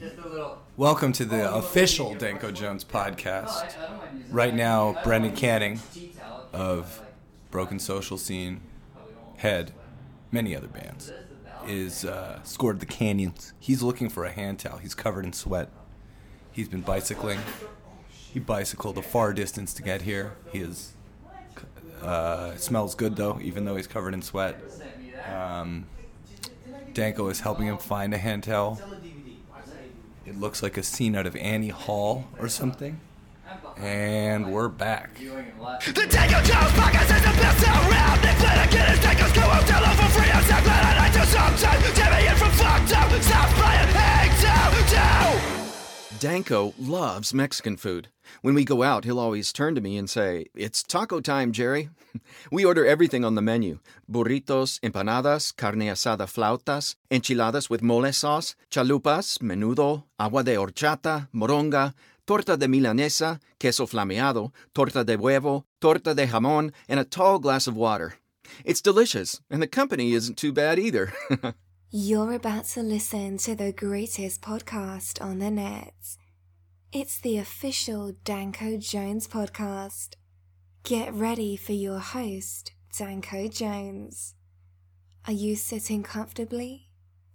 Just a little. Welcome to the official Danko Jones podcast. Right now, Brendan Canning of Broken Social Scene, Head, many other bands, is uh, scored the canyons. He's looking for a hand towel. He's covered in sweat. He's been bicycling. He bicycled a far distance to get here. He is uh, smells good though, even though he's covered in sweat. Um, Danko is helping him find a hand towel. It looks like a scene out of Annie Hall or something. And we're back. The Tango Jones podcast is the best around Nick Flanagan is Tango's co-host Hello for free on SoundCloud and iTunes Sometime Jimmy in from Fucked Up Stop playing Hang Down Down Danko loves Mexican food. When we go out, he'll always turn to me and say, It's taco time, Jerry. we order everything on the menu burritos, empanadas, carne asada flautas, enchiladas with mole sauce, chalupas, menudo, agua de horchata, moronga, torta de milanesa, queso flameado, torta de huevo, torta de jamón, and a tall glass of water. It's delicious, and the company isn't too bad either. You're about to listen to the greatest podcast on the net. It's the official Danko Jones podcast. Get ready for your host, Danko Jones. Are you sitting comfortably?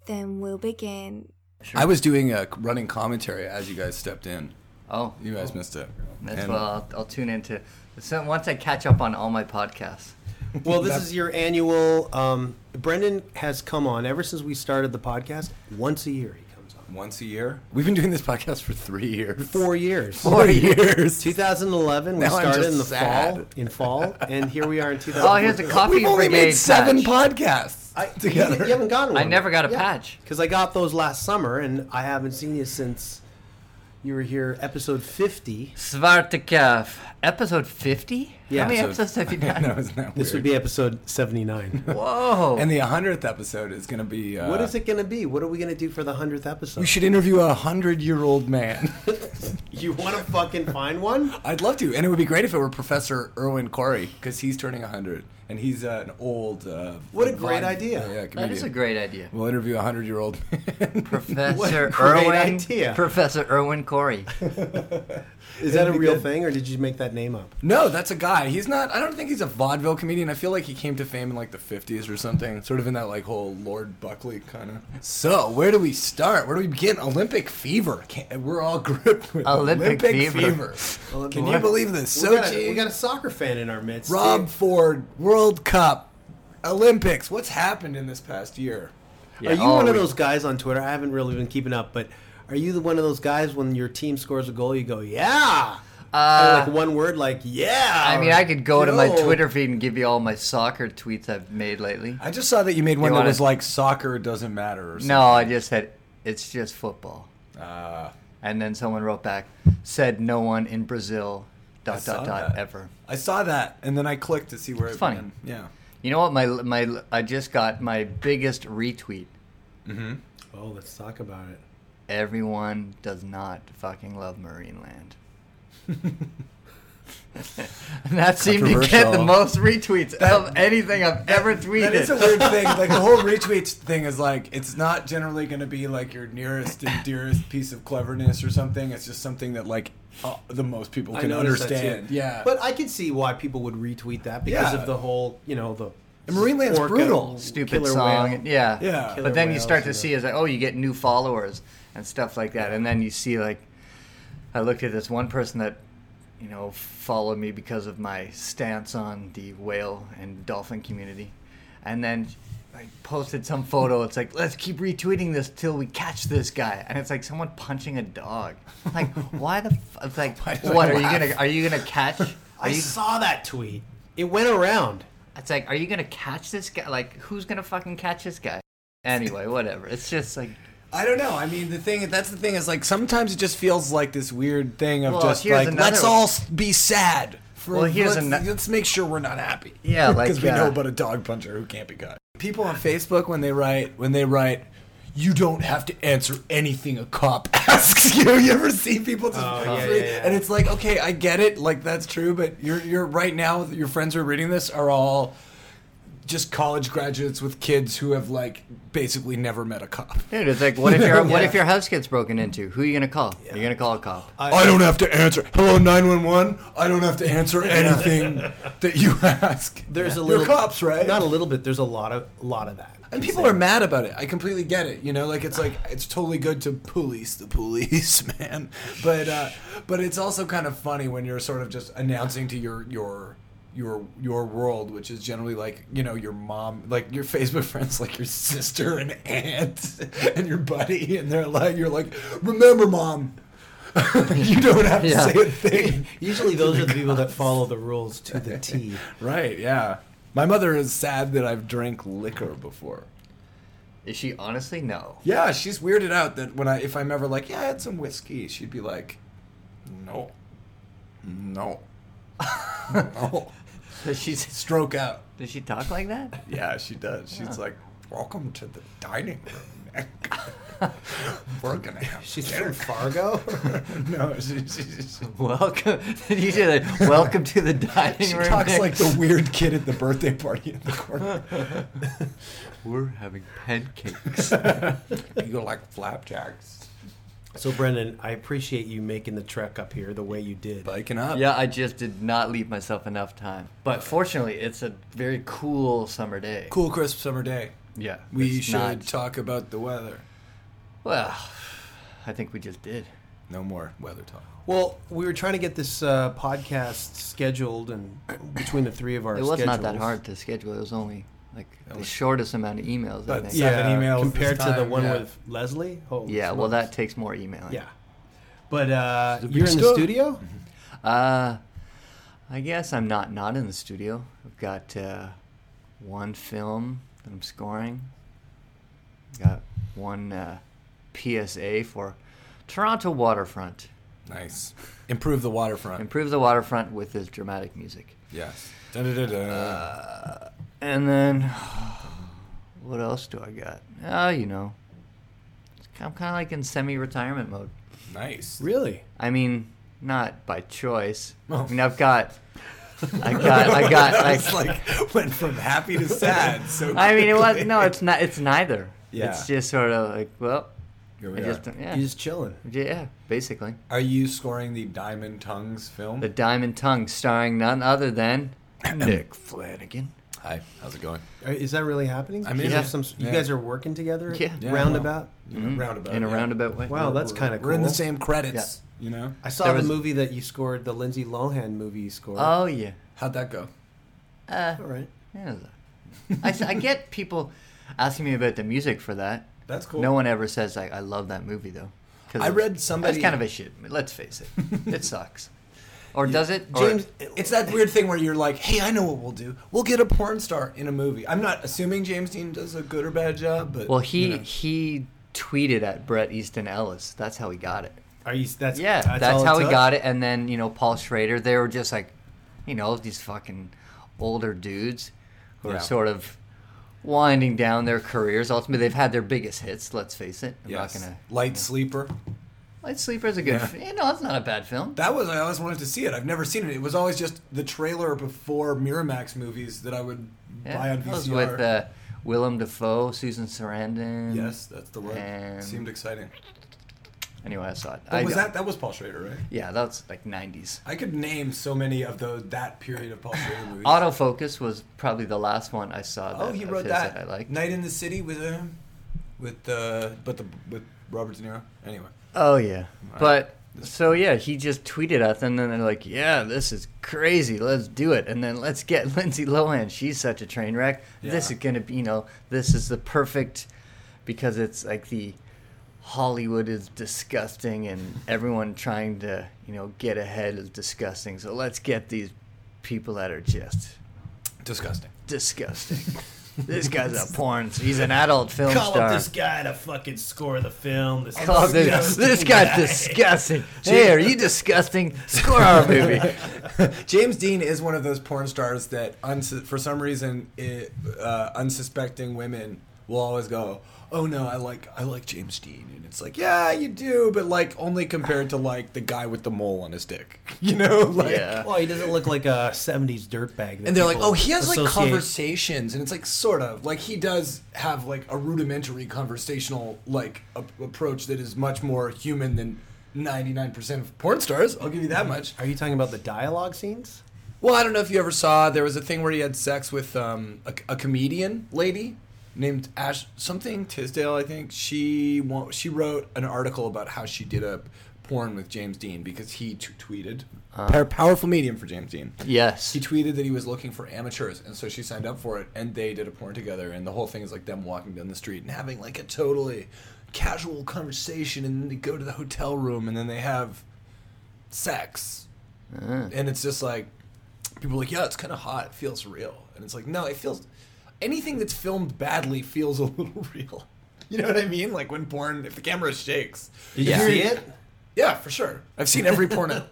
Then we'll begin. I was doing a running commentary as you guys stepped in. Oh, You guys missed it. that's And- what I'll, I'll tune into. So once I catch up on all my podcasts. Well, this is your annual. Um, Brendan has come on ever since we started the podcast. Once a year, he comes on. Once a year? We've been doing this podcast for three years. Four years. Four years. 2011, we Now I'm started just in the sad. fall. In fall, and here we are in 2000. Oh, here's a coffee We've only brigade made seven patch. podcasts You, you together. haven't gotten one. I never got a patch. because I got those last summer, and I haven't seen you since you were here, episode 50. Svartikev, episode 50? Yeah. How many So- episodes have you I know, done? isn't that This would weird? be episode 79. Whoa. And the 100th episode is going to be. Uh, what is it going to be? What are we going to do for the 100th episode? We should interview a 100 year old man. you want to fucking find one? I'd love to. And it would be great if it were Professor Irwin Corey, because he's turning 100. And he's uh, an old. Uh, What a great vod- idea. Yeah, yeah, that is comedian. a great idea. We'll interview a 100 year old man. Professor great Irwin, idea. Professor Irwin Corey. Is that a be real good. thing, or did you make that name up? no, that's a guy. He's not. I don't think he's a vaudeville comedian. I feel like he came to fame in like the 50s or something. Sort of in that like whole Lord Buckley kind of. So, where do we start? Where do we begin? Olympic fever. Can't, we're all gripped with Olympic Olympic, fever. fever. Can you What? believe this? We got, a, Sochi. we got a soccer fan in our midst. Rob Ford, World Cup, Olympics. What's happened in this past year? are you oh, one of we- those guys on Twitter? I haven't really been keeping up, but are you the one of those guys when your team scores a goal, you go, yeah? Uh, or like one word, like, yeah. I mean, or, I could go to my "No." Twitter feed and give you all my soccer tweets I've made lately. I just saw that you made one You that wanna- was like soccer doesn't matter. Or No, I just said it's just football. Uh, And then someone wrote back, said no one in Brazil, I dot saw dot dot that. ever. I saw that, and then I clicked to see where it's it funny. began. Yeah. You know what? My my I just got my biggest retweet. Oh, let's talk about it. Everyone does not fucking love Marineland. and that seemed to get the Controversial. most retweets of anything I've ever tweeted. That is a weird thing. Like the whole retweet thing is like it's not generally going to be like your nearest and dearest piece of cleverness or something. It's just something that like uh, the most people can noticed that, too. understand. Yeah. But I can see why people would retweet that because Yeah. of the whole, you know, the. And Marineland's orca, brutal. stupid killer song. whale. Yeah. Yeah. But then you Killer start to whales, see is like, oh, you get new followers and stuff like that. And then you see like I looked at this one person that you know followed me because of my stance on the whale and dolphin community. And then I posted some photo. It's like, let's keep retweeting this till we catch this guy. And it's like someone punching a dog. Like, why the? F- it's like, did I what are you laugh? gonna? Are you gonna catch? Are I you saw that tweet. It went around. it's like, are you gonna catch this guy? Like, who's gonna fucking catch this guy? Anyway, whatever. It's just like, I don't know. I mean, the thing that's the thing is like sometimes it just feels like this weird thing of Well, just here's like another- let's all s- be sad. For, Well, here's let's, ano- let's make sure we're not happy. Yeah, like, because we uh, know about a dog puncher who can't be caught. People on Facebook when they write when they write. You don't have to answer anything a cop asks you. You ever see people just Oh, yeah, yeah, yeah. and it's like, okay, I get it, like that's true, but you're you're right now. Your friends who are reading this are all just college graduates with kids who have like basically never met a cop. Dude, it's like, what if your what if your house gets broken into? Who are you gonna call? You're gonna call a cop. I don't have to answer. Hello, nine one one. I don't have to answer anything that you ask. There's a You're little cops, right? Not a little bit. There's a lot of a lot of that. and people are mad about it. I completely get it. You know, like it's like it's totally good to police the police, man. But uh, but it's also kind of funny when you're sort of just announcing to your your your your world, which is generally like you know your mom, like your Facebook friends, like your sister and aunt and your buddy, and they're like you're like, remember, mom. you don't have to Yeah. say a thing. Usually, those are the people that follow the rules to the T. Right, yeah. My mother is sad that I've drank liquor before. Is she honestly no? Yeah, she's weirded out that when I if I'm ever like, yeah, I had some whiskey, she'd be like, no, no, no, Does she does stroke out. she talk like that? Yeah, she does. She's like, welcome to the dining room. Nick. We're gonna have She's dinner." from Fargo. no. She, she, she, Welcome. you did a welcome to the dining she room. talks like Nick. the weird kid at the birthday party in the corner. We're having pancakes. you go like flapjacks, so, Brendan, I appreciate you making the trek up here the way you did. biking up. yeah, I just did not leave myself enough time. But fortunately, it's a very cool summer day. Cool, crisp summer day. Yeah. We it's should not- talk about the weather. Well, I think we just did. No more weather talk. Well, we were trying to get this uh, podcast scheduled, and between the three of our, It was not that schedules- hard to schedule. It was only like the shortest amount of emails. I But think. yeah. seven emails compared this to the time, one yeah. with Leslie. Holy Yeah, well, smokes. that takes more emailing. yeah. But uh, big you're in the stuff. studio. Uh, I guess I'm not not in the studio. I've got uh, one film that I'm scoring. Got one uh, PSA for Toronto waterfront. Nice. Improve the waterfront. Improve the waterfront with his dramatic music. yes. Dun-dun-dun-dun. Uh, And then, what else do I got? Oh, you know, I'm kind of like in semi-retirement mode. nice. Really? I mean, not by choice. Oh. I mean, I've got, I got, I got, like, It's like went from happy to sad. So I mean, it was quickly. no, it's not, it's neither. Yeah. It's just sort of like, well, Here I we just, are. yeah, You're just chilling. yeah, basically. Are you scoring the Diamond Tongues film? The Diamond Tongue, starring none other than Nick Flanagan. Hi. How's it going? Uh, Is that really happening? I'm in you have it. some. You Yeah. guys are working together. Yeah. Yeah, Roundabout. You know, roundabout. Mm-hmm. In a yeah. roundabout way. Wow, that's kind of cool. We're in the same credits. You know. I saw There the was- movie that you scored, the Lindsay Lohan movie you scored. Oh yeah. How'd that go? All right. yeah. I, s- I get people asking me about the music for that. That's cool. No one ever says like, I love that movie though. 'Cause I read somebody- That's kind of a shit. Let's face it. It sucks. Or does it? Or- James, it's that weird thing where you're like, "Hey, I know what we'll do. We'll get a porn star in a movie." I'm not assuming James Dean does a good or bad job, but Well, he you know. he tweeted at Brett Easton Ellis. That's how he got it. Are you? That's Yeah, that's, all how it he took? got it. And then you know Paul Schrader, they were just like, you know, these fucking older dudes who Yeah. are sort of winding down their careers. Ultimately, they've had their biggest hits. Let's face it. I'm Yes. not gonna. light sleeper. Light Sleeper is a good. Yeah. f- You know, it's not a bad film. That was I always wanted to see it. I've never seen it. It was always just the trailer before Miramax movies that I would Yeah, buy on VCR. that was with uh, Willem Dafoe, Susan Sarandon. yes, that's the one. and- Seemed exciting. Anyway, I saw it. But I was don't- that that was Paul Schrader, right? Yeah, that's like '90s. I could name so many of those that period of Paul Schrader movies. Autofocus was probably the last one I saw. That, oh, he of wrote his that. I liked. Night in the City with him, with uh, but the with Robert De Niro. Anyway, Oh yeah, but so yeah, he just tweeted us, and then they're like, "Yeah, this is crazy. Let's do it." And then let's get Lindsay Lohan. She's such a train wreck. This Yeah. is gonna be, you know, this is the perfect because it's like the Hollywood is disgusting, and everyone trying to you know get ahead is disgusting. So let's get these people that are just disgusting. disgusting. this guy's a porn. He's an adult film star. guy to fucking score the film. This Oh, this, Disgusting this guy's disgusting. Hey, are you disgusting? Score our movie. James Dean is one of those porn stars that, unsu- for some reason, it, uh, unsuspecting women will always go, oh no, I like I like James Dean, and it's like, yeah, you do, but like only compared to like the guy with the mole on his dick, you know? Like, Yeah. Well, he doesn't look like a '70s dirtbag. that And they're like, people oh, he has like associate- conversations, and it's like sort of like he does have like a rudimentary conversational like a- approach that is much more human than ninety nine percent of porn stars. I'll give you that much. Are you talking about the dialogue scenes? Well, I don't know if you ever saw there was a thing where he had sex with um, a, a comedian lady named Ash something Tisdale, I think. She wa- she wrote an article about how she did a porn with James Dean because he t- tweeted Pow- powerful medium for James Dean. Yes. He tweeted that he was looking for amateurs, and so she signed up for it, and they did a porn together. And the whole thing is like them walking down the street and having like a totally casual conversation, and then they go to the hotel room, and then they have sex, and it's just like people are like, yeah, it's kind of hot, it feels real, and it's like, no, it feels anything that's filmed badly feels a little real. You know what I mean? Like when porn, if the camera shakes, Did you see it? yeah, for sure. I've seen every porno.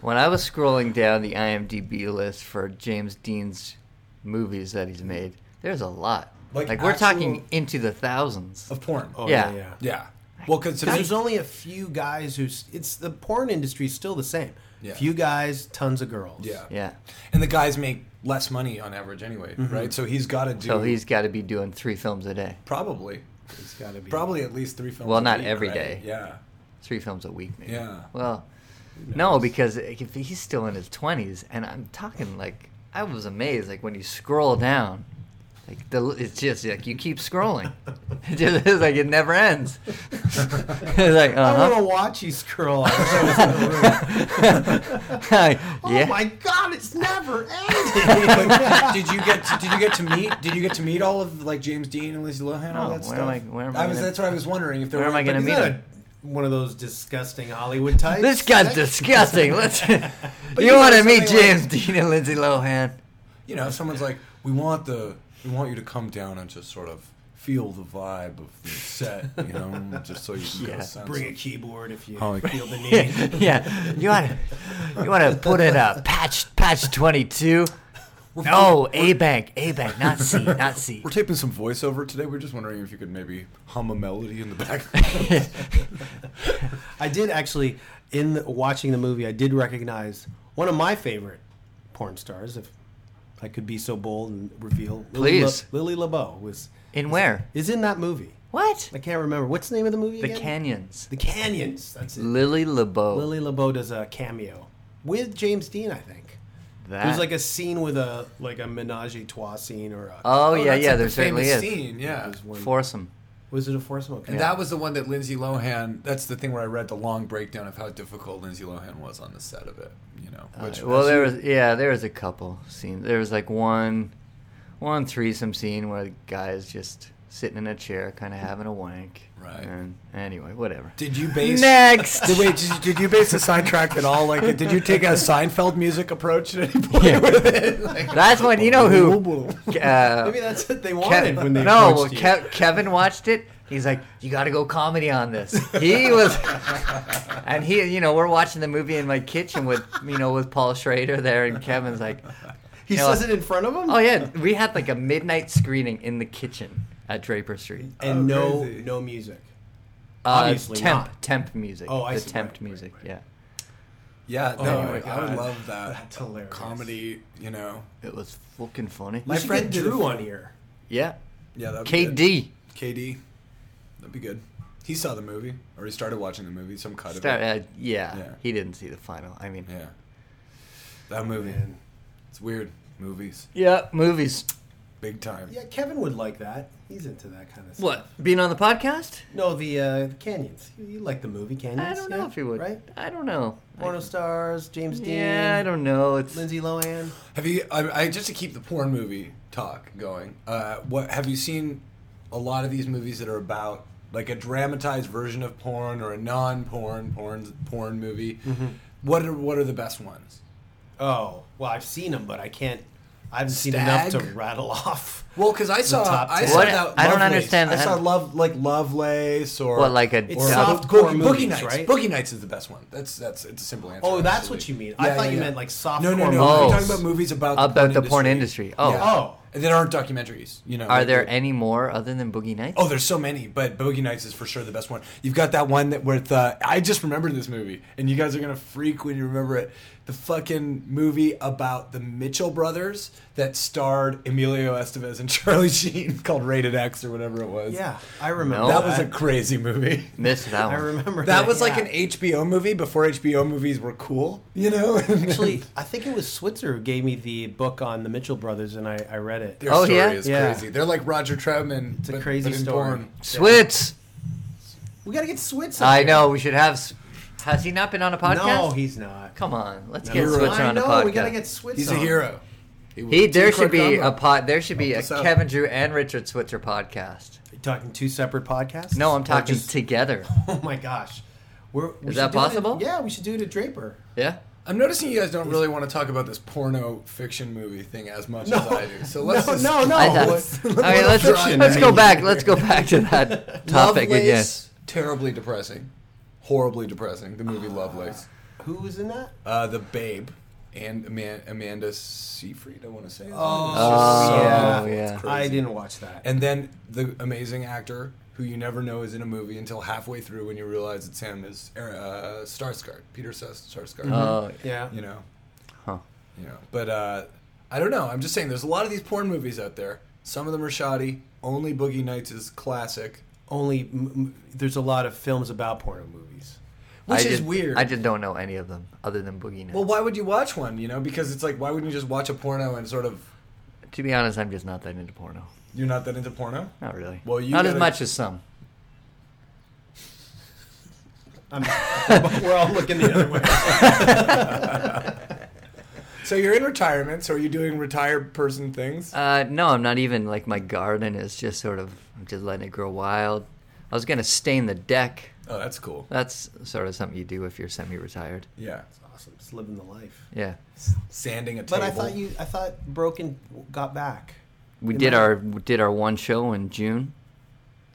When I was scrolling down the IMDb list for James Dean's movies that he's made, there's a lot. Like Like, we're actual- talking into the thousands. of porn. Oh, Yeah. Yeah. Well, because There's only a few guys who's. It's the porn industry's still the same. Yeah. Few guys, tons of girls. yeah. Yeah. and the guys make less money on average anyway, right? So he's got to do So he's got to be doing three films a day, probably It's gotta be. probably at least three films. Well, a not week, every right? day. Yeah, three films a week, maybe. Yeah. Well, no, because if he's still in his 20s, and I'm talking like, I was amazed. Like, when you scroll down, like, the, it's just like you keep scrolling. It just is like it never ends. it's like, I Uh-huh. Oh. uh want to watch you scroll. I wish I was in the room. huh. Oh yeah. my god, it's never ending. did you get to, did you get to meet did you get to meet all of like James Dean and Lindsay Lohan all that No, Oh, where stuff? am I- where am I was gonna- that's what I was wondering if there Where were, am I gonna but meet is that him? One of those disgusting Hollywood types. This guy's That- disgusting. Let's. you you know, want to meet something like- James Dean and Lindsay Lohan? a- You know, if someone's like, we want the we want you to come down and just sort of feel the vibe of the set, you know, just so you can get Yeah. a sense Bring a of- keyboard if you Oh, like- feel the need. yeah, you want to you want to put in a patch patch twenty two. No, A bank, A bank, not C, not C. We're taping some voiceover today. We're just wondering if you could maybe hum a melody in the background. I did actually in the, watching the movie. I did recognize one of my favorite porn stars. If I could be so bold and reveal, Please. Lily, Le- Lily LeBeau was In where? is in that movie. What? I can't remember what's the name of the movie. The again? Canyons. The Canyons. That's it. Lily LeBeau. Lily LeBeau does a cameo with James Dean. I think that. there's like a scene with a like a menage a trois scene or a oh, yeah, that's yeah, like there the certainly famous is. Scene, yeah. there's one- Foursome. was it a force smoke? And that was the one that Lindsay Lohan. That's the thing where I read the long breakdown of how difficult Lindsay Lohan was on the set of it. You know, which Well, there was yeah, there was a couple scenes. There was like one, one threesome scene where the guy is just sitting in a chair, kind of having a wank. Right. And anyway, whatever. Did you base? Next. Did, wait, did, you- did you base the soundtrack at all? Like, did you take a Seinfeld music approach at any point with it? Like, That's when you know who. Uh, maybe that's what they Kev- wanted when they no, well, approached you. Kev- Kevin watched it. He's like, "You got to go comedy on this." He was, and he, you know, we're watching the movie in my kitchen with, you know, with Paul Schrader there, and Kevin's like, he you know, says it in front of him. "Oh yeah, we had like a midnight screening in the kitchen at Draper Street." and Oh, no crazy. no music. Uh, Obviously temp, not. temp music. Oh, I the see. temp Right, right, music. right. Yeah, yeah, no, Oh, my I, I God. would love that. That's hilarious. Comedy, you know. it was fucking funny. My should friend get Drew Drew on here. yeah, Yeah, that. KD. KD. That'd be good. He saw the movie, or he started watching the movie. Some cut Start, of it. uh, yeah, Yeah. he didn't see the final. I mean, Yeah. That movie. It's weird. Movies. yeah movies. Big time. Yeah, Kevin would like that. He's into that kind of stuff. What being on the podcast? No, the uh, the Canyons. You, you like the movie Canyons? I don't know yeah? if he would. Right? I don't know. Porno stars, James Dean. Yeah, I don't know. It's Lindsay Lohan. Have you? I, I just to keep the porn movie talk going. Uh, what have you seen? A lot of these movies that are about like a dramatized version of porn or a non-porn porn porn movie. What are what are the best ones? Oh, well, I've seen them, but I can't. I haven't seen Stag? enough to rattle off. Well, because I saw top I ten. saw What- that I don't Lovelace. understand I that. saw love like Lovelace or What, like a- or It's soft Boogie, core Boogie movies, Nights. right? Boogie Nights is the best one. That's that's it's a simple answer. Oh, that's actually. what you mean. I thought you meant, like, soft No, no, core no. We're movies. talking about movies about About the Oh. porn industry. Oh. Yeah. Oh. that aren't documentaries. You know, Are like there the- any more other than Boogie Nights? Oh, there's so many, but Boogie Nights is for sure the best one. You've got that one that with uh, I just remembered this movie, and you guys are gonna freak when you remember it. The fucking movie about the Mitchell brothers that starred Emilio Estevez and Charlie Sheen called Rated X or whatever it was. Yeah, I No. remember. that was a crazy movie. missed that I one. remember That was like yeah. an HBO movie before HBO movies were cool, you know. And Actually, I think it was Switzer who gave me the book on the Mitchell brothers, and I, I read it. their Oh, story yeah? is Yeah. crazy. They're like Roger Troutman. It's a crazy story. Switz. We gotta get Switzer. I know we should have. s- Has he not been on a podcast? No, he's not. Come on, let's No, get You're right. Switzer I on a know. podcast. We gotta get Switzer. He's a on. hero. He, was there Team should be a Crocodile. pod. There should be Help a us out. Kevin Drew and Richard Switzer podcast. You're talking two separate podcasts? No, I'm Or talking just- together. oh my gosh. We're, we Is that should do it at- possible? yeah, we should do it at Draper. Yeah. I'm noticing you guys don't really want to talk about this porno fiction movie thing as much as I do. So let's no, just, no, no. I thought- let's- all right, let's fiction, let's I go mean. back. Let's go back to that topic Lovelace, again. Terribly depressing, horribly depressing. The movie Lovelace. Who was in that? Uh, the Babe and Amanda, Amanda Seyfried. I want to say. Oh, yeah. yeah. It's I crazy. didn't watch that. And then the amazing actor who you never know is in a movie until halfway through when you realize it's him is uh, Starsgard, Peter Sas- Starsgard. Oh, Yeah. you know. Huh. You know, but uh, I don't know. I'm just saying, there's a lot of these porn movies out there. Some of them are shoddy. Only Boogie Nights is classic, Only m- m- there's a lot of films about porno movies. which I is just- weird. I just don't know any of them other than Boogie Nights. well, why would you watch one? You know, because it's like, why wouldn't you just watch a porno and sort of to be honest, I'm just not that into porno. you're not that into porno? Not really. Well, you not as gotta- much as some. I'm, we're all looking the other way. So you're in retirement. So are you doing retired person things? Uh, no, I'm not even like my garden is just sort of I'm just letting it grow wild. I was gonna stain the deck. oh, that's cool. That's sort of something you do if you're semi-retired. Yeah, awesome. Just living the life. Yeah, sanding a table. But I thought you, I thought Broken got back. we You did might- our we did our one show in June.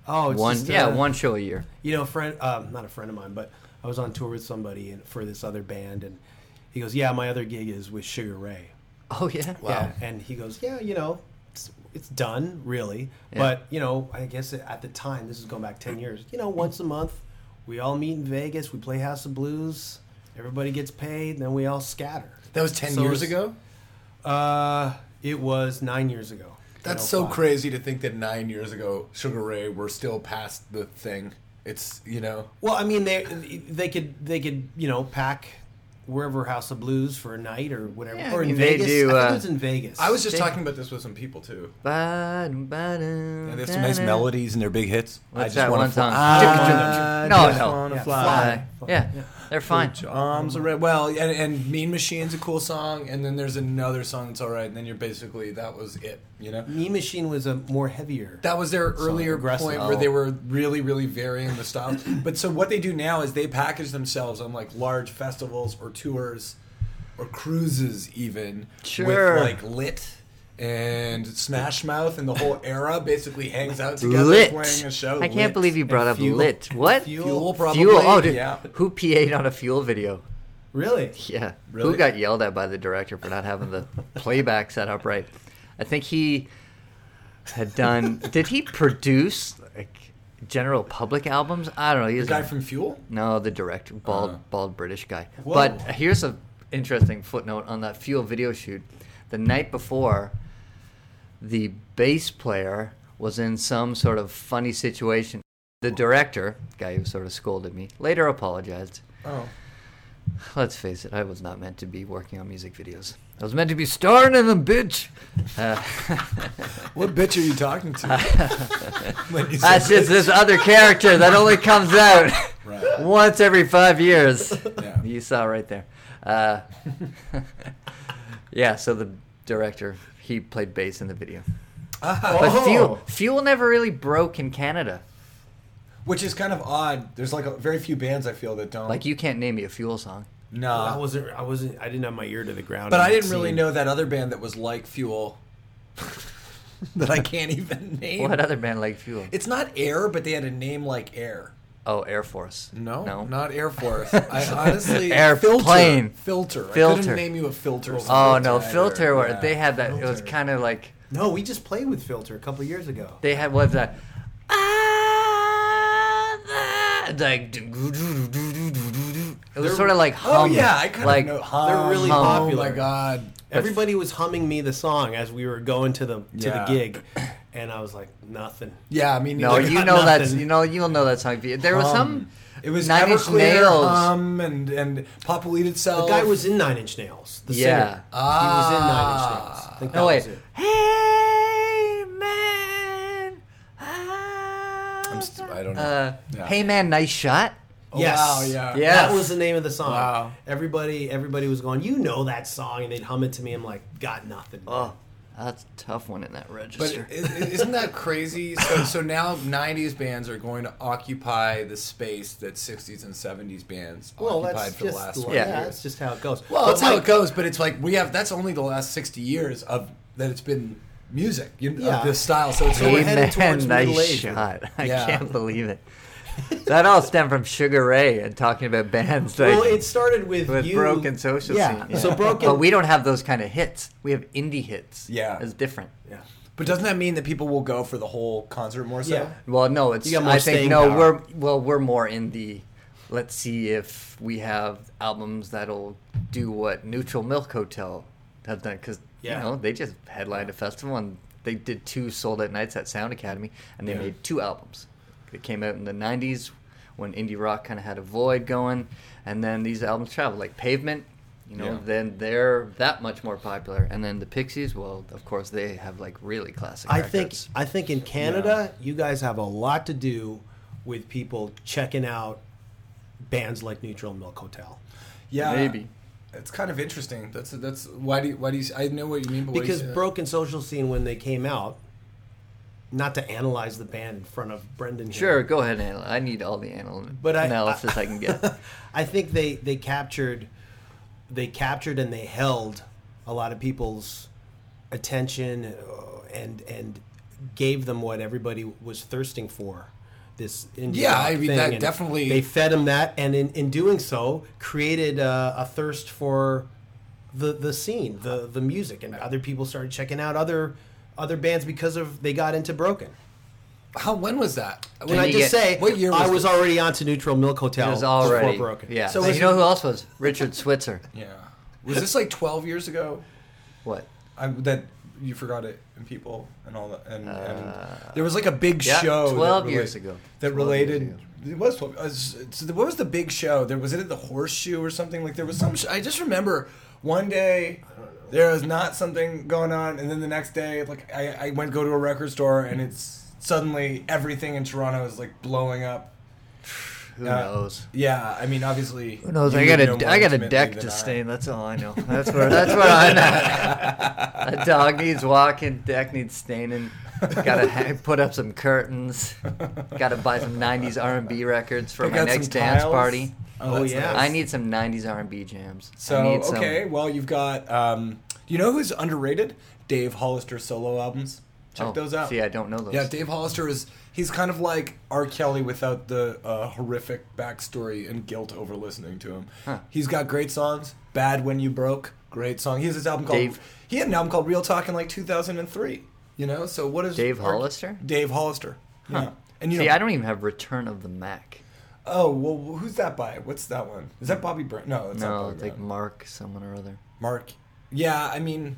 Oh, it's one just, yeah, uh, one show a year. You know, a friend, um, not a friend of mine, but I was on tour with somebody and, for this other band, and he goes, "Yeah, my other gig is with Sugar Ray." Oh yeah, Yeah, and he goes, "Yeah, you know, it's, it's done, really, Yeah. but you know, I guess at the time, this is going back ten years. You know, once a month, we all meet in Vegas, we play House of Blues, everybody gets paid, and then we all scatter." that was ten So years it's- ago. Uh, it was nine years ago. That's 10:05. so crazy to think that nine years ago, Sugar Ray were still past the thing. It's you know. Well, I mean, they they could they could you know pack wherever House of Blues for a night or whatever, Yeah, I or in mean, they Vegas. do, I think uh, it was in Vegas. I was just Damn. talking about this with some people too. Ba-dum, ba-dum, And they have some nice ba-dum. melodies and they're big hits. What's I just that wanna one fly- song? I no, just no. wanna Yeah, fly. Ah, Fly. Yeah, they're fine. Put your Arms are well, and, and Mean Machine's a cool song, and then there's another song that's all right, and then you're basically that was it, you know. Me Machine was a more heavier. That was their earlier aggressive. point where they were really, really varying the styles. But so what they do now is they package themselves on like large festivals or tours or cruises, even Sure. with like lit and Smash Mouth and the whole era basically hangs out together Lit. playing a show. I can't believe you brought up fuel. lit. What? fuel, probably. Fuel. Oh, dude. yeah. Who PA'd on a fuel video? really? Yeah. Really? Who got yelled at by the director for not having the playback set up right? I think he had done. did he produce like general public albums? I don't know. He was The guy from Fuel. no, the director, bald, Uh. bald British guy. Whoa. But here's a interesting footnote on that fuel video shoot. The night before, the bass player was in some sort of funny situation. The director, guy who sort of scolded me, later apologized. Oh, Let's face it, I was not meant to be working on music videos. I was meant to be starring in them, bitch. Uh, what bitch are you talking to? When you say that's just this other character that only comes out Right. once every five years. Yeah. You saw right there. Uh, yeah, so the director, he played bass in the video. But Oh. Fuel, Fuel never really broke in Canada. Which is kind of odd. There's like a, very few bands I feel that don't. Like, you can't name me a Fuel song. no, I wasn't. I wasn't. I didn't have my ear to the ground. But in I that didn't really scene. know that other band that was like Fuel that I can't even name. What other band like Fuel? It's not Air, but they had a name like Air. Oh, Air Force. No, No. not Air Force. I honestly Airplane. filter. filter. I Filter. couldn't name you a filter. Oh song. no, either. filter. where Yeah. They had that. It was Filter. kind of like No, we just played with Filter a couple years ago. They had what was that? Ah, ah, like do- do- do- do- do- do- do- do. it was sort of like Oh hum. yeah, I kind of like know. They're really hum. popular. Oh my god. Everybody was humming me the song as we were going to the to Yeah. the gig, and I was like, nothing. Yeah, I mean, No, They you got know that's nothing. Um, you know you'll know that song. There was some. It was Nine Inch Everclear, Nails. Hum, and and Pop Will Eat The Itself. guy was in Nine Inch Nails. The Yeah. singer. he was in Nine Inch Nails. I think that No wait. was it. Hey man. I'm I'm st- I don't know. uh, Yeah. Hey man, nice shot. Yes. wow, yeah. Yeah. That was the name of the song. Wow. Everybody, everybody was going. You know that song, and they'd hum it to me. I'm like, got nothing. Oh, that's a tough one in that But register. i- i- isn't that crazy? So, so now '90s bands are going to occupy the space that '60s and '70s bands well, occupied that's for the just last the way- twenty Yeah. yeah, years. that's just how it goes. Well, But that's how like- it goes. But it's like we have that's only the last '60 years of that it's been music, you know, Yeah. of this style. So it's So we're hey like, headed man, towards middle nice age. shot. I Yeah. can't believe it. That all stemmed from Sugar Ray and talking about bands like Well, it started with, with you, broken social yeah. scene. So broken. But we don't have those kind of hits. We have indie hits. Yeah. It's different. yeah. but doesn't that mean that people will go for the whole concert more so? Yeah. Well, no, it's You got more I think staying no, power. we're well, we're more in the let's see if we have albums that'll do what Neutral Milk Hotel have done cuz Yeah. you know, they just headlined a festival and they did two sold out nights at Sound Academy and they made two albums. They came out in the 90s when indie rock kind of had a void going and then these albums traveled like Pavement you know, Yeah. then they're that much more popular, and then the Pixies. Well, of course, they have like really classic. I think records. I think in Canada, you guys have a lot to do with people checking out bands like Neutral Milk Hotel yeah, Maybe. It's kind of interesting. That's that's why do you, why do you, I know what you mean, but why do you because say that? Broken Social Scene when they came out. Not to analyze the band in front of Brendan. here, Sure, go ahead. Anal- I need all the anal- But I- analysis I, can get. I think they they captured they captured and they held a lot of people's attention uh, and and gave them what everybody was thirsting for. This indie Yeah, rock I mean, thing, that and definitely- they fed them that, and in, in doing so, created uh, a thirst for the the scene, the the music, and other people started checking out other other bands because of they got into Broken. How when was that? Can I you just get- say, what year I was was it? already onto Neutral Milk Hotel It was before already Broken. yeah. So So is you know it- who else was Richard Switzer? Yeah. Was this like 12 years ago? What? I, that you forgot it and people and all that. And, and there was like a big Uh, yeah, show. that 12 years ago. That 12 related. years ago. It was 12. uh, So what was the big show? There Was it at the Horseshoe or something? Like there was some. Sh- I just remember one day. There was not something going on, and then the next day, like I, I went go to a record store, and it's suddenly everything in Toronto is like blowing up. Who Uh, knows? Yeah, I mean, obviously. Who Who knows? I got a I got a deck to stain. That's all I know. That's where that's where I'm at. A dog needs walking. Deck needs staining. Got to ha- put up some curtains. Got to buy some '90s R&B records for Pick my out some next dance tiles. party. Oh, Oh, that's yeah. nice. I need some '90s R&B jams. I So need some- okay, well you've got. Um, you know who's underrated? Dave Hollister solo albums. Check oh, those out. See, I don't know those. yeah, Dave Hollister is he's kind of like R. Kelly without the uh, horrific backstory and guilt over listening to him. He's got great songs. Bad when you broke, great song. He has this album called. Dave- He had an album called Real Talk in like 2003. You know, so what is Dave R- Hollister? Dave Hollister. Yeah. And you See, know, I don't even have Return of the Mac. oh well, who's that by? What's that one? Is that Bobby Brown? No, it's not No, Bobby it's like Brown. Mark, someone or other. Mark. Yeah, I mean,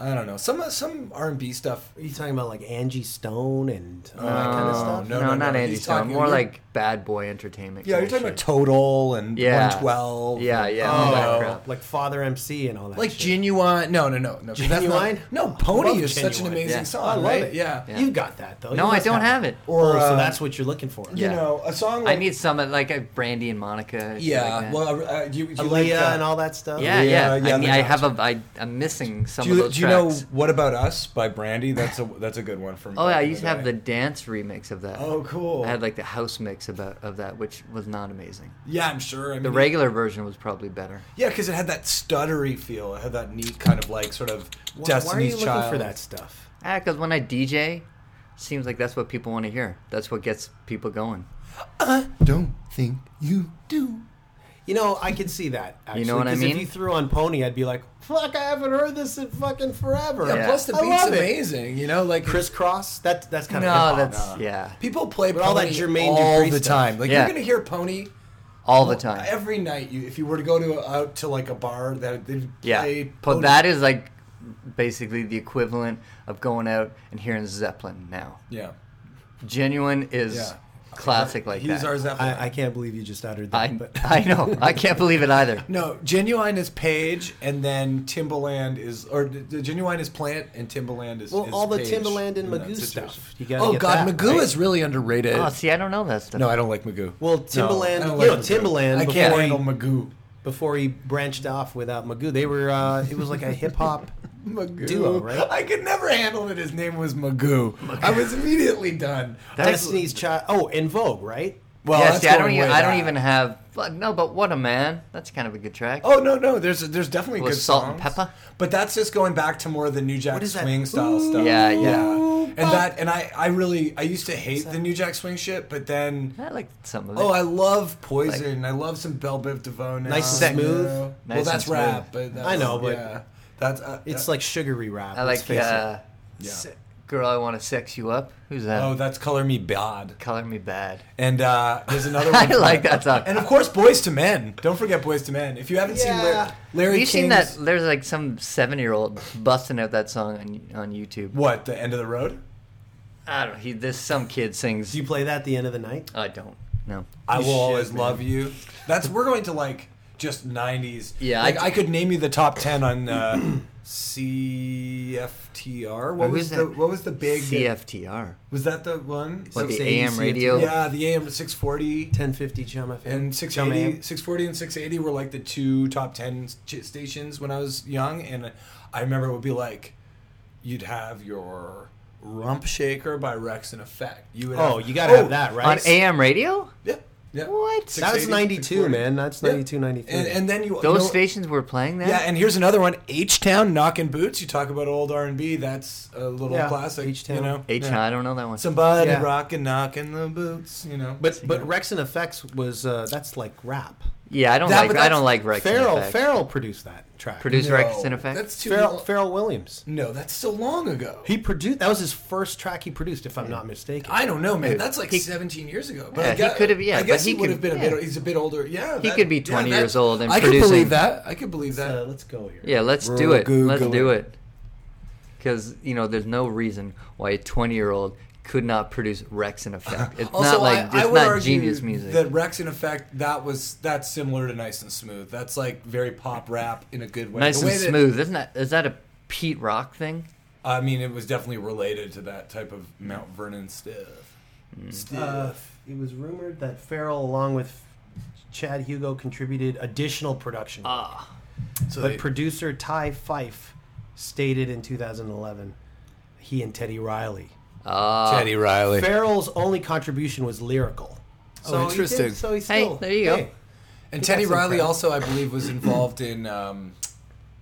I don't know. Some some R and B stuff. Are you talking about like Angie Stone and all that kind of stuff? no, No, no, no, not Andy he's Stone. talking- More you're- like Bad Boy Entertainment. Yeah, you're kinda talking about shit. Total and Yeah. 112. Yeah, and- yeah, all that Oh. crap. Like Father MC and all that. Like shit. genuine. No, no, no, no. 'cause that's not- Genuine? no, I Pony love is such an Genuine. amazing Yeah. song. Oh, I love right? it. Yeah. Yeah. you got that though. You No, I must don't have it. Or Or, so uh, that's what you're looking for. You Yeah. know, a song. I Like, need some like a Brandy and Monica. shit Yeah. like that. well, uh, do you, do you Aaliyah like, uh, and all that stuff. yeah, yeah, yeah. yeah, I, mean, the I have a. I, I'm missing some Do of you, those do you know tracks. what about us by Brandy? That's a that's a good one from. Oh, back yeah, I in used to have day. the dance remix of that. Oh, cool. I had like the house mix about of that, which was not amazing. Yeah, I'm sure. I mean, The regular version was probably better. Yeah, because it had that stuttery feel. It had that neat kind of like sort of Why, why are you Destiny's looking Child. for that stuff? Ah, because when I DJ, seems like that's what people want to hear. That's what gets people going. Don't think you do. You know, I could see that. Actually, You know what I 'cause mean? If you threw on Pony, I'd be like, "Fuck, I haven't heard this in fucking forever." Yeah. Plus the I beat's love it. amazing, you know, like Crisscross. That that's kind of No, that's yeah, people play But Pony all that Jermaine all Dupri the stuff. time. Like Yeah. you're gonna hear Pony all the time. every night. You, if you were to go to out to like a bar that they yeah, play but Pony. that is like basically the equivalent of going out and hearing Zeppelin now. yeah, Genuine is Yeah. classic like he's that. our Zeppelin. I, I can't believe you just uttered that. I, but I know. I can't believe it either. No, Genuine is Page, and then Timbaland is, or the- the Genuine is Plant, and Timbaland is. well, is all the Page Timbaland and in that Magoo situation. stuff. You gotta Oh get God, that, Magoo right? is really underrated. Oh, see, I don't know that stuff. no, I don't like Magoo. Well, I Timbaland, don't like you know, Magoo. Timbaland. I before can't he- handle Magoo. before he branched off without Magoo. They were uh, it was like a hip hop. Magoo. Duo, right? I could never handle that his name was Magoo. I was immediately done. Destiny's Child. Oh, in Vogue, right? Well, yeah, Oh, that's see, I don't. going e- Even, way I don't back. even have. But no, but what a man. That's kind of a good track. Oh no, no. There's there's definitely With good salt and songs. pepper? But that's just going back to more of the New Jack What is that? Swing style stuff. Yeah, yeah. And that and I I really I used to hate the New Jack Swing shit, but then I like some of it. oh I love Poison. I love some Bell Biv DeVoe. Now, Nice and you smooth. know. Nice well, and that's smooth. rap, but that's, I know, but yeah. that's uh, It's uh, like sugary rap. I let's like. face it. Uh, Yeah. se- girl, I want to sex you up. Who's that? oh that's Color Me Bad. Color me bad. And uh, there's another I one. like that song. And of course, Boys to Men. Don't forget Boys to Men. If you haven't seen Yeah. Larry, Larry Have you seen that? King's- There's like some seven-year-old busting out that song on on YouTube. What the end of the road? I don't. He this some kid sings. Do you play that at the end of the night? I don't. No. I will Shit, always man. love you. That's we're going to like just '90s. Yeah, like, I- I, could name you the top ten on uh, CFTR. What Who was is the that? What was the big? CFTR. Was that the one? What the 680, AM 680. radio? yeah, the AM 640 Ten fifty Chum FM. and Chum 680, AM. 640 and 680 were like the two top ten ch- stations when I was young, and I remember it would be like you'd have your Rump Shaker by Rex and Effect. You would Oh, have- you gotta have that, right? On AM radio? Yeah, yeah. What? That was 680, ninety two, 640. man. That's Yeah. 92, 93. And, and then you you Those know- stations were playing that. Yeah, and here's another one: H Town Knockin' Boots. You talk about old R and B. That's a little Yeah, classic. H-Town. You know, H. Yeah. I don't know that one. Somebody Yeah. rockin' knockin' the boots. You know, but but Rex and Effects was uh, that's like rap. yeah, I don't That- but like. I that's don't like Rex. and Farrell Effects. Farrell produced that track. Produced No, Rex and Effects. That's too. Farrell, long- Farrell Williams. no, that's so long ago. He produced that was his first track he produced, if I'm not mistaken. I don't know, man. Dude, That's like he- 17 years ago. But Yeah, I he got- could've- yeah, I but guess he he would have could- been a bit. yeah. He's a bit older. Yeah, He could be 20 that- years old and I could producing. believe that. I could believe that. Uh, let's go here. yeah, let's We're do it. Let's Googling. do it. Because you know, there's no reason why a 20 year old could not produce Rex and Effect. It's Also, not like I, I it's would not argue genius music. That Rex in effect, that was that's similar to Nice and Smooth. That's like very pop rap in a good way. nice The and way that- smooth, isn't that? Is that a Pete Rock thing? I mean, it was definitely related to that type of Mount Vernon stuff. Stuff. Uh, it was rumored that Farrell, along with Chad Hugo, contributed additional production. so but they- producer Ty Fife stated in 2011 he and Teddy Riley. Uh, Teddy Riley. Farrell's only contribution was lyrical. So he did- interesting. so he's Hey, still, there you go. and Teddy got some Riley credit. also, I believe, was involved in um,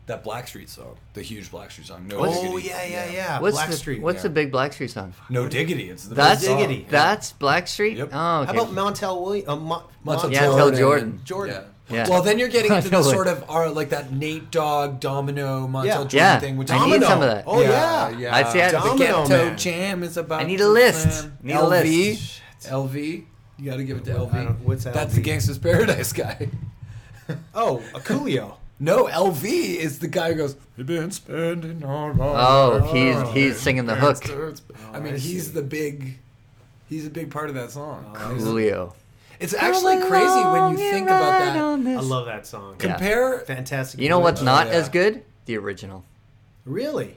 that Blackstreet song, the huge Blackstreet song. No Oh diggity. yeah, yeah, yeah. What's Black the Street. What's yeah. the big Blackstreet song? No diggity. It's the That's best song. Diggity. That's Blackstreet. Yep. Oh, okay. How about Montel Williams? Uh, Mo- Montel Yeah, Montel Jordan. Jordan. Yeah. Yeah. Well, then you're getting into I know the it. sort of our, like that Nate Dogg Domino Montel Yeah. Jordan Yeah. thing, which I need Domino. some of that. Oh yeah. yeah. I'd say I'd- the Domino Ghetto Man. Jam is about. I need a to list. slam. Need a LV. list. LV. You got to give it to I LV. don't- what's That's the LV? Gangsta's Paradise guy. Oh, a Coolio. No, LV is the guy who goes. We've been spending all Oh, he's he's singing the hook. Oh, I mean, he's the big. He's a big part of that song. Oh, Julio. It's actually crazy when you think about that. I love that song. Yeah. Compare. Fantastic. You know what's Coolio. not yeah. as good? The original Really?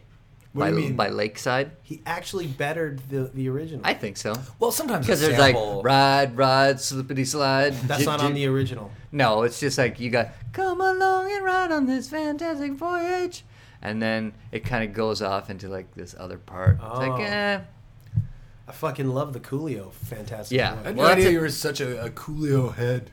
What by do you mean? by Lakeside. He actually bettered the, the original. I think so. well, sometimes Because a there's like sample- ride, ride, slippity slide. That's J- not j- on the original. No, it's just like you got come along and ride on this fantastic voyage, and then it kind of goes off into like this other part. It's Oh. like eh, I fucking love the Coolio Fantastic. Yeah. I had Voyage. no Well, that's idea a- you were such a, a Coolio head.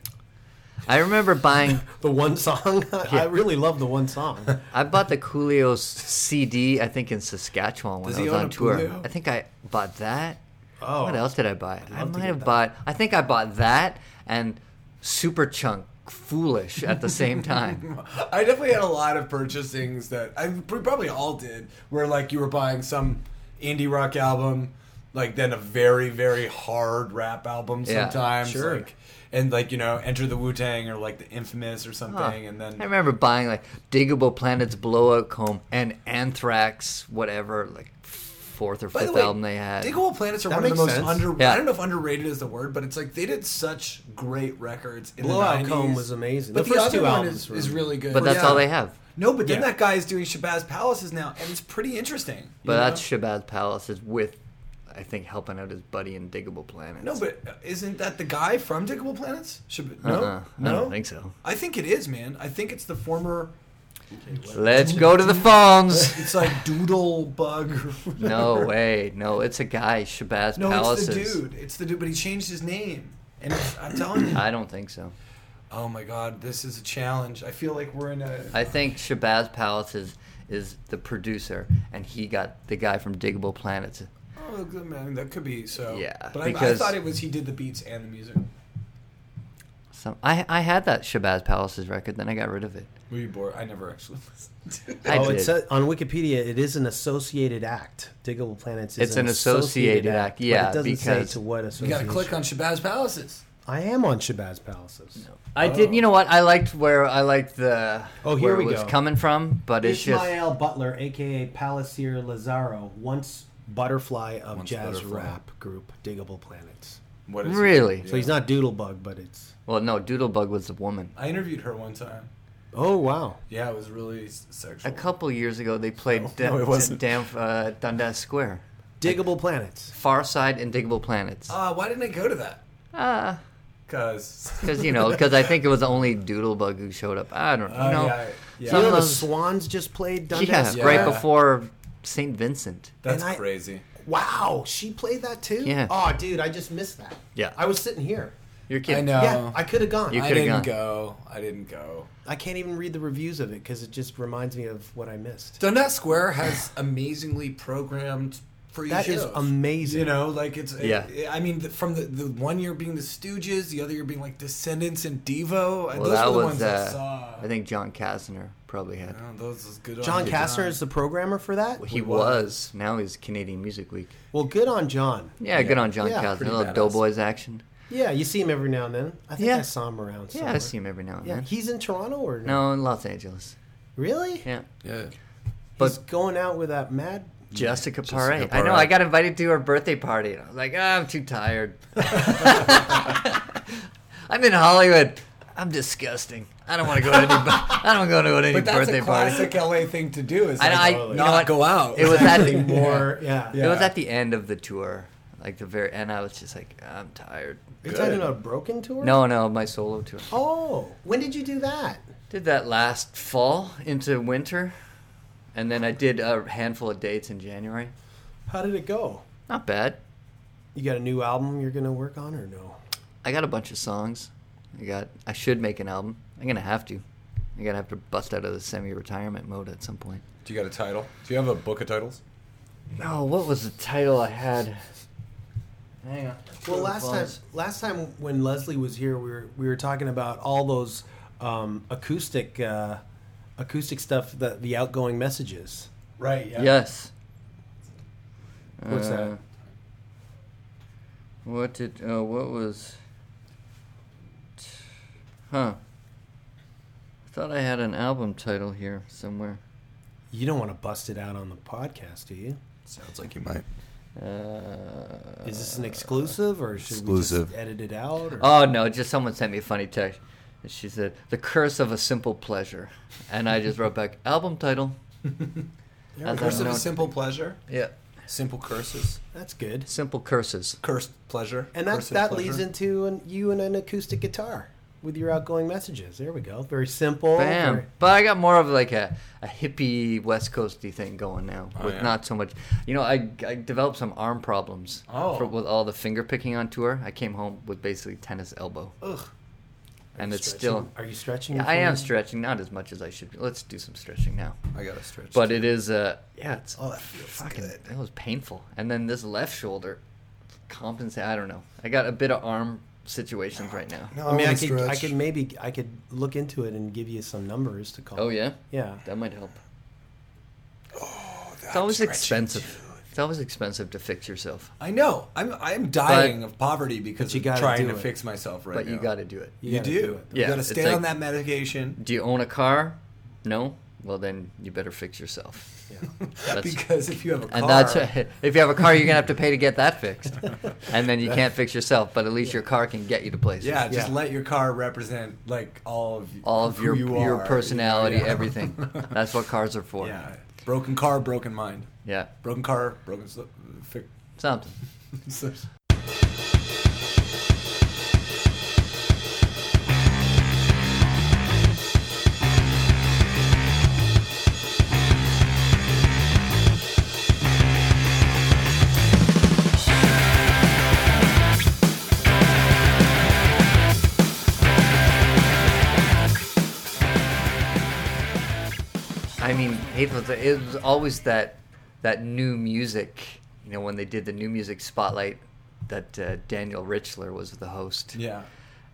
I remember buying. The one song. I really love the one song. I bought the Coolio CD, I think, in Saskatchewan when Does I he was own on a tour. Coolio? I think I bought that. Oh. What else did I buy? I might love to get have that. bought. I think I bought that and Super Chunk foolish at the same time. I definitely had a lot of purchasings that I we probably all did, where like you were buying some indie rock album, like then a very very hard rap album Yeah, sometimes, sure. like, and like you know Enter the Wu Tang or like the Infamous or something, and I then remember buying like Diggable Planet's Blowout Comb and Anthrax, whatever, like fourth or By fifth the way, album they had. Digable Planets are That one of the makes most sense. under. Yeah. I don't know if underrated is the word, but it's like they did such great records. In Blowout the 90s. Comb was amazing. But The the, first other two one albums is, were- is really good. but that's Yeah. all they have. No, but then Yeah. that guy is doing Shabazz Palaces now, and it's pretty interesting. But you know? that's Shabazz Palaces with, I think, helping out his buddy in Diggable Planet. No, but isn't that the guy from Diggable Planets? Shab- no, Uh-uh. I no, don't think so. I think it is, man. I think it's the former. Let's go to the phones. It's like Doodle Bug. or- No way. No, it's a guy, Shabazz no, Palaces. it's the dude. It's the dude, but he changed his name. And it's, I'm telling you. I don't think so. Oh my God, this is a challenge. I feel like we're in a. I think Shabazz Palaces is the producer, and he got the guy from Diggable Planets. Oh, good man, that could be so. Yeah, but I, I because- thought it was he did the beats and the music. Some, I, I had that Shabazz Palaces record, then I got rid of it. Were you bored? I never actually listened. to it. I oh, did. it says on Wikipedia it is an associated act. Diggable Planets is It's an associated act, yeah, but it doesn't because- say to what You association. gotta click on Shabazz Palaces. I am on Shabazz Palaces. I did. You know what? I liked where I liked the Oh, here where we it was go. coming from, but it's just Ishmael Butler, aka Palacier Lazaro, once butterfly of Once jazz Butterfly. rap group Diggable Planets. What it? really. So he's not Doodlebug, but it's Well, no, Doodlebug was the woman. I interviewed her one time. oh wow. Yeah, it was really s- sexual. A couple years ago, they played Dun- Oh, no, it wasn't. Dun- uh, Dundas Square. Diggable Planets. Far Side and Diggable Planets. Uh, why didn't I go to that? Ah, Cause because you know, because I think it was only Doodlebug who showed up. I don't know. Uh, you know, yeah, yeah. some You know of the those, Swans just played yeah, Dundas. Yeah. right before Saint Vincent. that's And I- crazy. Wow, she played that too. Yeah. Oh, dude, I just missed that. Yeah. I was sitting here. Your kid. I know. yeah, I could have gone. You I could've didn't gone. go. I didn't go. I can't even read the reviews of it because it just reminds me of what I missed. Dundas Square has amazingly programmed free That is shows. amazing. You know, like it's. Yeah. I mean, the, from the, the one year being the Stooges, the other year being like Descendants and Devo. And Well, those that were the was ones uh, I saw. I think John Kasner probably had. Oh, those was good. John on you, Kastner is the programmer for that. He was. was. Now he's Canadian Music Week. Well, good on John. Yeah, good on John Yeah, Kasner. A pretty little badass. Doughboys action. Yeah, you see him every now and then. I think Yeah. I saw him around. Yeah, somewhere. I see him every now and Yeah, then. he's in Toronto or no? No, in Los Angeles. Really? Yeah. Yeah. He's But- going out with that mad. Jessica Paré. Jessica I know. Paré. I got invited to her birthday party. And I was like, "Ah, I'm too tired. I'm in Hollywood. I'm disgusting. I don't want to go to any. bu- I don't go to any But that's birthday a party. classic LA thing to do. Is And like, I- not you know what? go out. It was at the More, yeah. It was Yeah. at the end of the tour, like the very end. I was just like, "Ah, I'm tired. You're talking about a broken tour? No, no, my solo tour. Oh, when did you do that? Did that last fall into winter, and then I did a handful of dates in January. How did it go? Not bad. You got a new album you're gonna work on or no? I got a bunch of songs. I got. I should make an album. I'm gonna have to. I'm gonna have to bust out of the semi-retirement mode at some point. Do you got a title? Do you have a book of titles? No, what was the title I had? Hang on. Well, last time, last time when Leslie was here, we were we were talking about all those um, acoustic uh, acoustic stuff, the the outgoing messages. Right. Yeah. Yes. What's Uh, that? What did? Uh, what was? Huh. I thought I had an album title here somewhere. You don't want to bust it out on the podcast, do you? Sounds like you might. Uh, Is this an exclusive or should we Exclusive. just edit it out? Or? oh no! Just someone sent me a funny text. And She said, "The curse of a simple pleasure," and I just wrote back, "Album title." As Curse I've of a known- simple pleasure. yeah, Simple curses. That's good. simple curses. Cursed pleasure. And that Cursive that pleasure. leads into an, you and an acoustic guitar with your outgoing messages. There we go. Very simple. Bam! very- But I got more of like a, a hippie West Coasty thing going now, Oh, with yeah. not so much. You know, I, I developed some arm problems Oh. for- with all the finger picking on tour. I came home with basically tennis elbow. Ugh. And it's still. Are you stretching? I your am fingers? stretching, not as much as I should. Let's do some stretching now. I gotta stretch. But it is, uh, yeah, it's oh, that feels fucking, good. it was painful. And then this left shoulder compensate. I don't know. I got a bit of arm situations right now. I Oh, mean, I wouldn't could, I stretch. could maybe I could look into it and give you some numbers to call. Oh yeah, yeah. that might help. Oh, it's always expensive. It's always expensive to fix yourself, I know. I'm I'm dying But- of poverty because you of gotta trying do to it. fix myself right but now. you got to do it. You, gotta do. do it. You Yeah, got to it's stay on like- that medication Do you own a car? No. Well, then you better fix yourself. That's- because if you have a car, and that's if you have a car, you're gonna have to pay to get that fixed, and then you can't fix yourself. But at least your car can get you to places. yeah, just Yeah. let your car represent like all of you, all of who your you your are. personality, Yeah. everything. That's what cars are for. Yeah, broken car, broken mind. Yeah. Broken car, broken. sl- fi- something. I mean, Hateful Th- it was always that that new music. You know, when they did the new music spotlight, that uh, Daniel Richler was the host, yeah,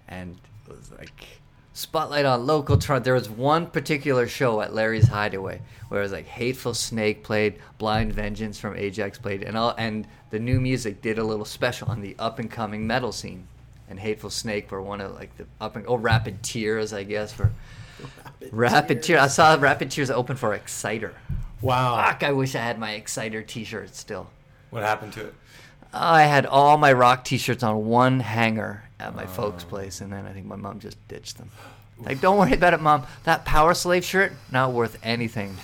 and it was like spotlight on local. Tr- there was one particular show at Larry's Hideaway where it was like Hateful Snake played, Blind Vengeance from Ajax played, and all, and the new music did a little special on the up and coming metal scene. And Hateful Snake were one of like the up and oh Rapid Tears, I guess, were. Rapid Tears. I saw Rapid Tears open for Exciter. Wow. Fuck, I wish I had my Exciter t shirt still. what happened to it? I had all my rock t shirts on one hanger at my folks' place, and then I think my mom just ditched them. Like, don't worry about it, mom. That Power Slave shirt, not worth anything.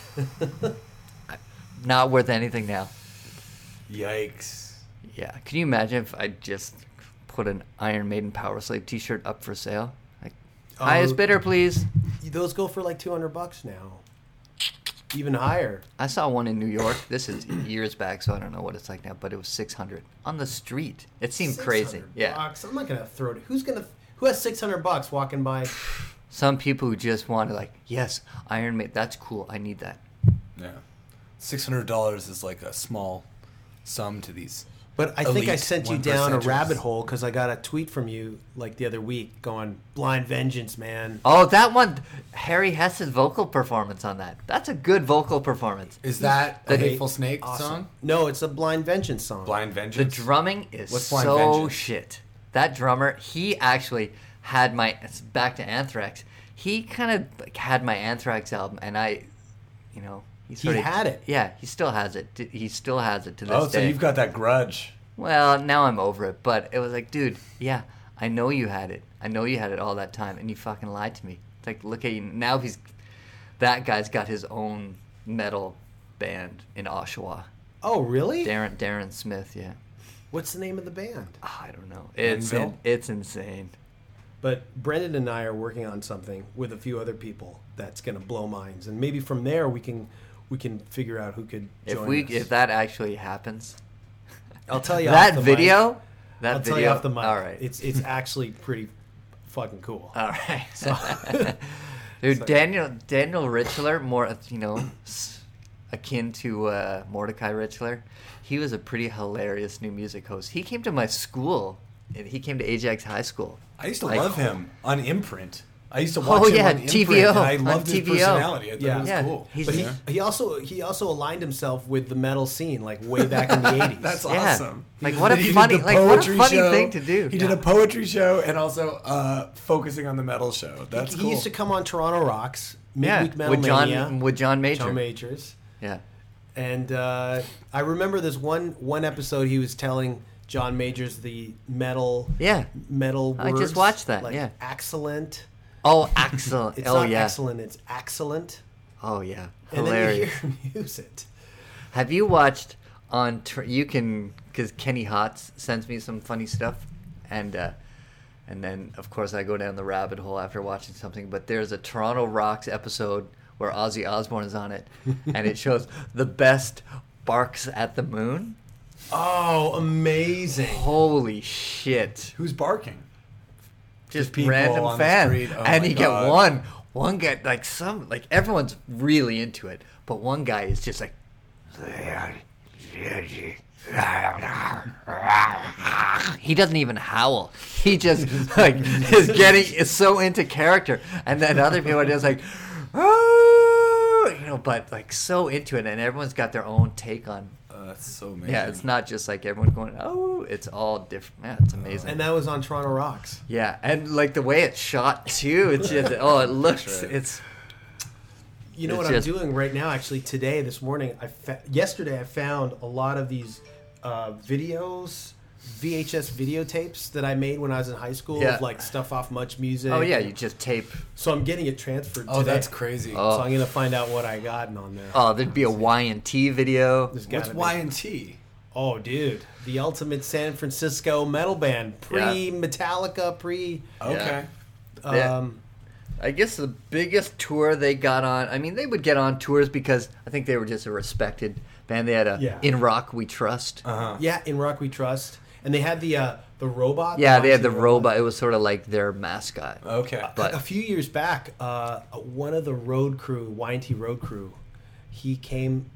not worth anything now. Yikes! Yeah. Can you imagine if I just put an Iron Maiden Power Slave t shirt up for sale? Like, Oh, highest bidder, please. Um, Those go for like 200 bucks now. Even higher. I saw one in New York. This is years back, so I don't know what it's like now, but it was 600 on the street. It seemed crazy. 600 Yeah. Bucks. I'm not going to throw it. Who's going to Who has 600 bucks walking by? Some people who just want to, like, yes, Iron Maiden, that's cool. I need that. Yeah, six hundred dollars is like a small sum to these. But I think I Elite sent you one down a percenters. rabbit hole cuz I got a tweet from you like the other week going blind vengeance, man. Oh, that one, Harry Hess's vocal performance on that. That's a good vocal performance. Is that The- a hateful snake song? No, it's a blind vengeance song. Blind The vengeance. drumming is What's Blind so Vengeance? shit. That drummer, he actually had my it's back to Anthrax. He kind of like, had my Anthrax album, and I, you know, he sort of had it. Yeah, he still has it. T- He still has it to this oh, day. so you've got that grudge. Well, now I'm over it, but it was like, dude, yeah, I know you had it. I know you had it all that time, and you fucking lied to me. It's like, look at you now. He's that guy's got his own metal band in Oshawa. Oh, really? Darren Darren Smith, yeah. What's the name of the band? Ah, I don't know. It's Anvil? in, it's insane. But Brendan and I are working on something with a few other people that's going to blow minds, and maybe from there we can we can figure out who could If join we us. if that actually happens, I'll tell you off that the video, Mic. that I'll video. tell you off the mic. All right, it's it's actually pretty fucking cool. all right. Dude, Daniel Daniel Richler, more you know, s- akin to uh, Mordecai Richler, he was a pretty hilarious new music host. He came to my school, and he came to Ajax High School. I used to Like- Oh, love him on imprint. I used to watch him yeah, on imprint. TVO, and I on loved his TVO. personality. I thought Yeah. it was Yeah, cool. he's- but he, Yeah. he also he also aligned himself with the metal scene like way back in the eighties. That's Yeah. awesome. He Like, was- what a he did funny- the like, what a poetry funny thing to do. He did Yeah. a poetry show and also uh, focusing on the metal show. That's he cool. used to come on Toronto Rocks Yeah, midweek metal with John Mania, with John Major. John Majors. yeah, And uh, I remember this one one episode he was telling John Majors the metal yeah. metal I words. just watched that, Like yeah. excellent. Oh, excellent. It's oh not yeah. excellent. It's excellent. Oh yeah. And Hilarious. then you hear music. Have you watched on? Tr- You can because Kenny Hotz sends me some funny stuff, and uh, and then of course I go down the rabbit hole after watching something. But there's a Toronto Rocks episode where Ozzy Osbourne is on it, and it shows the best barks at the moon. Oh, amazing! Holy shit! Who's barking? Just people random on the fans, street, oh and my you God. get one. One guy like some like everyone's really into it, but one guy is just like. He doesn't even howl. He just like is getting is so into character, and then other people are just like, oh, you know, but like so into it, and everyone's got their own take on. Uh, that's so amazing. Yeah, it's not just like everyone going, oh, it's all different. Yeah, it's amazing. And that was on Toronto Rocks. yeah, and like the way it's shot too, it's just oh, it looks right. it's You know It's what just- I'm doing right now? Actually, today, this morning, I fa- yesterday I found a lot of these uh, videos, VHS videotapes that I made when I was in high school Yeah. of like stuff off Much Music. oh yeah, you just tape. So I'm getting it transferred. Oh, today. that's crazy. So I'm gonna find out what I gotten on there. Oh, there'd be a Y and T video. There's gotta What's be- Y and T? Oh, dude, the ultimate San Francisco metal band, pre Metallica, pre. Okay. Yeah. Oh, Yeah. Um, I guess the biggest tour they got on. I mean, they would get on tours because I think they were just a respected band. They had a Yeah. In Rock We Trust. Uh, Uh-huh. yeah. in Rock We Trust, and they had the uh, the robot. Yeah, they had the Nazi robot. It was sort of like their mascot. Okay. But a few years back, uh, one of the road crew, YNT road crew, he came.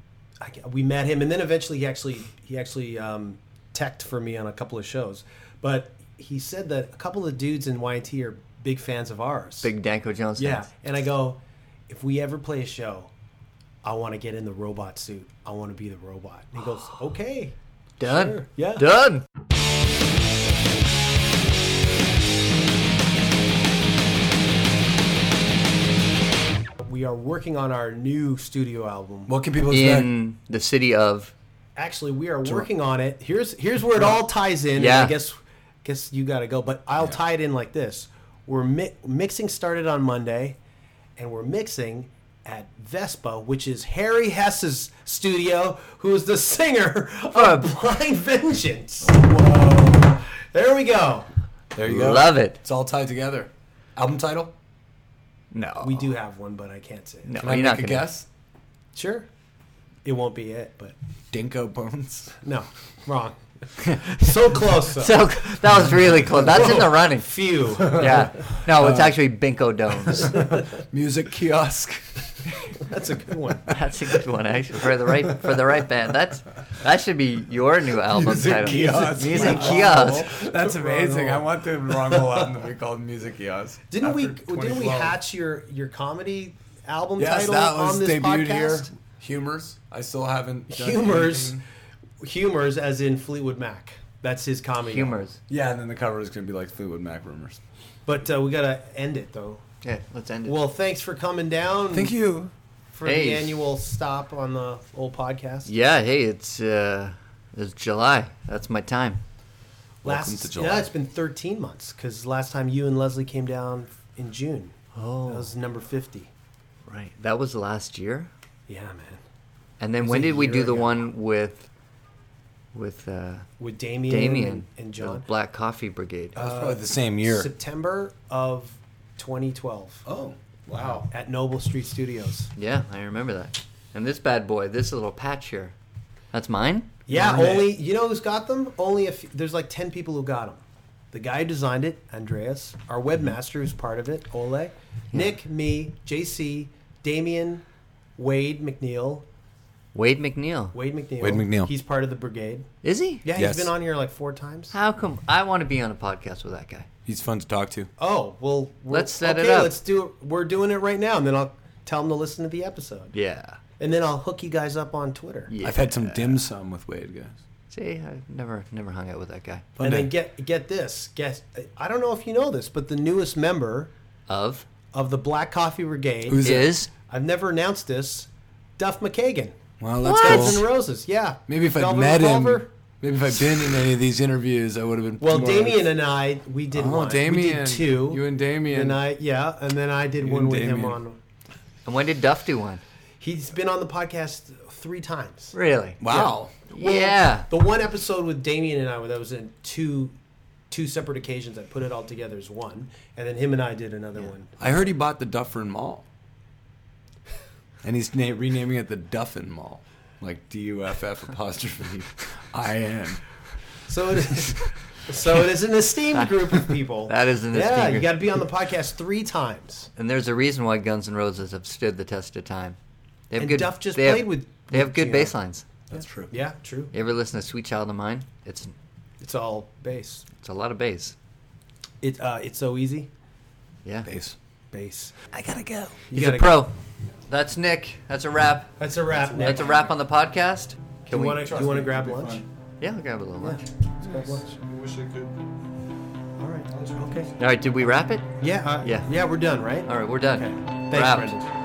I, ca- we met him, and then eventually he actually he actually um, teched for me on a couple of shows. But he said that a couple of dudes in YNT are big fans of ours. Big Danko Jones. yeah, fans. and I go, if we ever play a show, I want to get in the robot suit. I want to be the robot. And he goes, okay. done. Sure, yeah. done. We are working on our new studio album. What can people expect? In the city of actually we are working on it here's here's where it all ties in and Yeah. i guess guess you gotta go but i'll tie it in like this we're mi- mixing started on monday and we're mixing at vespa which is harry hess's studio who is the singer of blind vengeance whoa there we go there you go. Love it. It's all tied together. Album title? no, we do have one but i can't say it No, Can I you're make not a gonna guess? sure it won't be it but Dinko Bones. no wrong so close though. So that was really close. That's in the running. few Yeah. No, Uh, it's actually Binko Domes. Music kiosk. that's a good one That's a good one actually for the right for the right band. That's that should be your new album Music title. kiosk. Music kiosk. That's amazing. I want the wrong hole album to be called Music Kiosk. Didn't we After didn't we 2012. hatch your your comedy album Yes, title that was on this debuted podcast? here. Humors. I still haven't. done Humors, anything. humors, as in Fleetwood Mac. That's his comedy. album. Humors. Yeah, and then the cover is gonna be like Fleetwood Mac rumors. But uh, we gotta end it though. Yeah, let's end it. Well, thanks for coming down. Thank you. for Hey. the annual stop on the old podcast. yeah, hey, it's uh, it's July. That's my time. Last, Welcome to July. Yeah, it's been 13 months because last time you and Leslie came down in June. Oh. that was number 50. Right. That was last year. Yeah, man. And then when a did we year do the ago. one with with uh, With Damien, Damien and, and the John. Oh. Black Coffee Brigade? That was probably the same year. September of 2012. oh, wow. at Noble Street Studios. yeah, I remember that. And this bad boy, this little patch here, that's mine. Yeah, Darn it. only you know who's got them? Only if there's like ten people who got them. The guy who designed it, Andreas, our webmaster who's part of it, Ole, Nick, me, JC, Damien, Wade McNeil, Wade McNeil, Wade McNeil. Wade McNeil. He's part of the brigade. is he? Yeah, Yes. he's been on here like four times. How come I want to be on a podcast with that guy? He's fun to talk to. Oh well, we're- Let's set it okay, up. Let's do it. We're doing it right now, and then I'll tell them to listen to the episode, Yeah. and then I'll hook you guys up on Twitter, yeah. I've had some dim sum with Wade, guys. See, I've never never hung out with that guy. Fun and day. then get get this. Guess I don't know if you know this, but the newest member Of of the Black Coffee Brigade. Who's it? is I've never announced this. Duff McKagan, Well, that's Guns N' cool. Roses. Yeah. Maybe if I Velvet met him, Revolver. maybe if I'd been in any of these interviews, I would have been. Well, more- Damien and I, we did Oh, one. we Damien. did two. You and Damien. And I, yeah, and then I did one and with him Damien. on. and when did Duff do one? He's been on the podcast three times. Really? Wow. Well, yeah. The one episode with Damien and I, that was in two, two separate occasions. I put it all together as one, and then him and I did another one. I heard he bought the Dufferin Mall, and he's na- renaming it the Duffin Mall, like D U F F apostrophe I N. So it is. so it is an esteemed group of people. That is an esteemed Yeah, you group. got to be on the podcast three times. And there's a reason why Guns N' Roses have stood the test of time. They have And good. Duff just they have- played with- They have with good Gino. bass lines. That's true. Yeah, true. You ever listen to Sweet Child of Mine? It's It's all bass. it's a lot of bass. It uh, it's so easy. Yeah. Bass. Bass. I gotta go. You He's a gotta- pro. That's Nick. That's a wrap. That's a wrap. Nick. That's a wrap on the podcast. Do Can you we? want to? You want to grab lunch? Yeah, I'll grab a little lunch. Wish I could. All right. Okay. All right, did we wrap it? Yeah. uh, Yeah. Yeah. We're done, right? All right, we're done. Thanks, Wrapped. Brendan.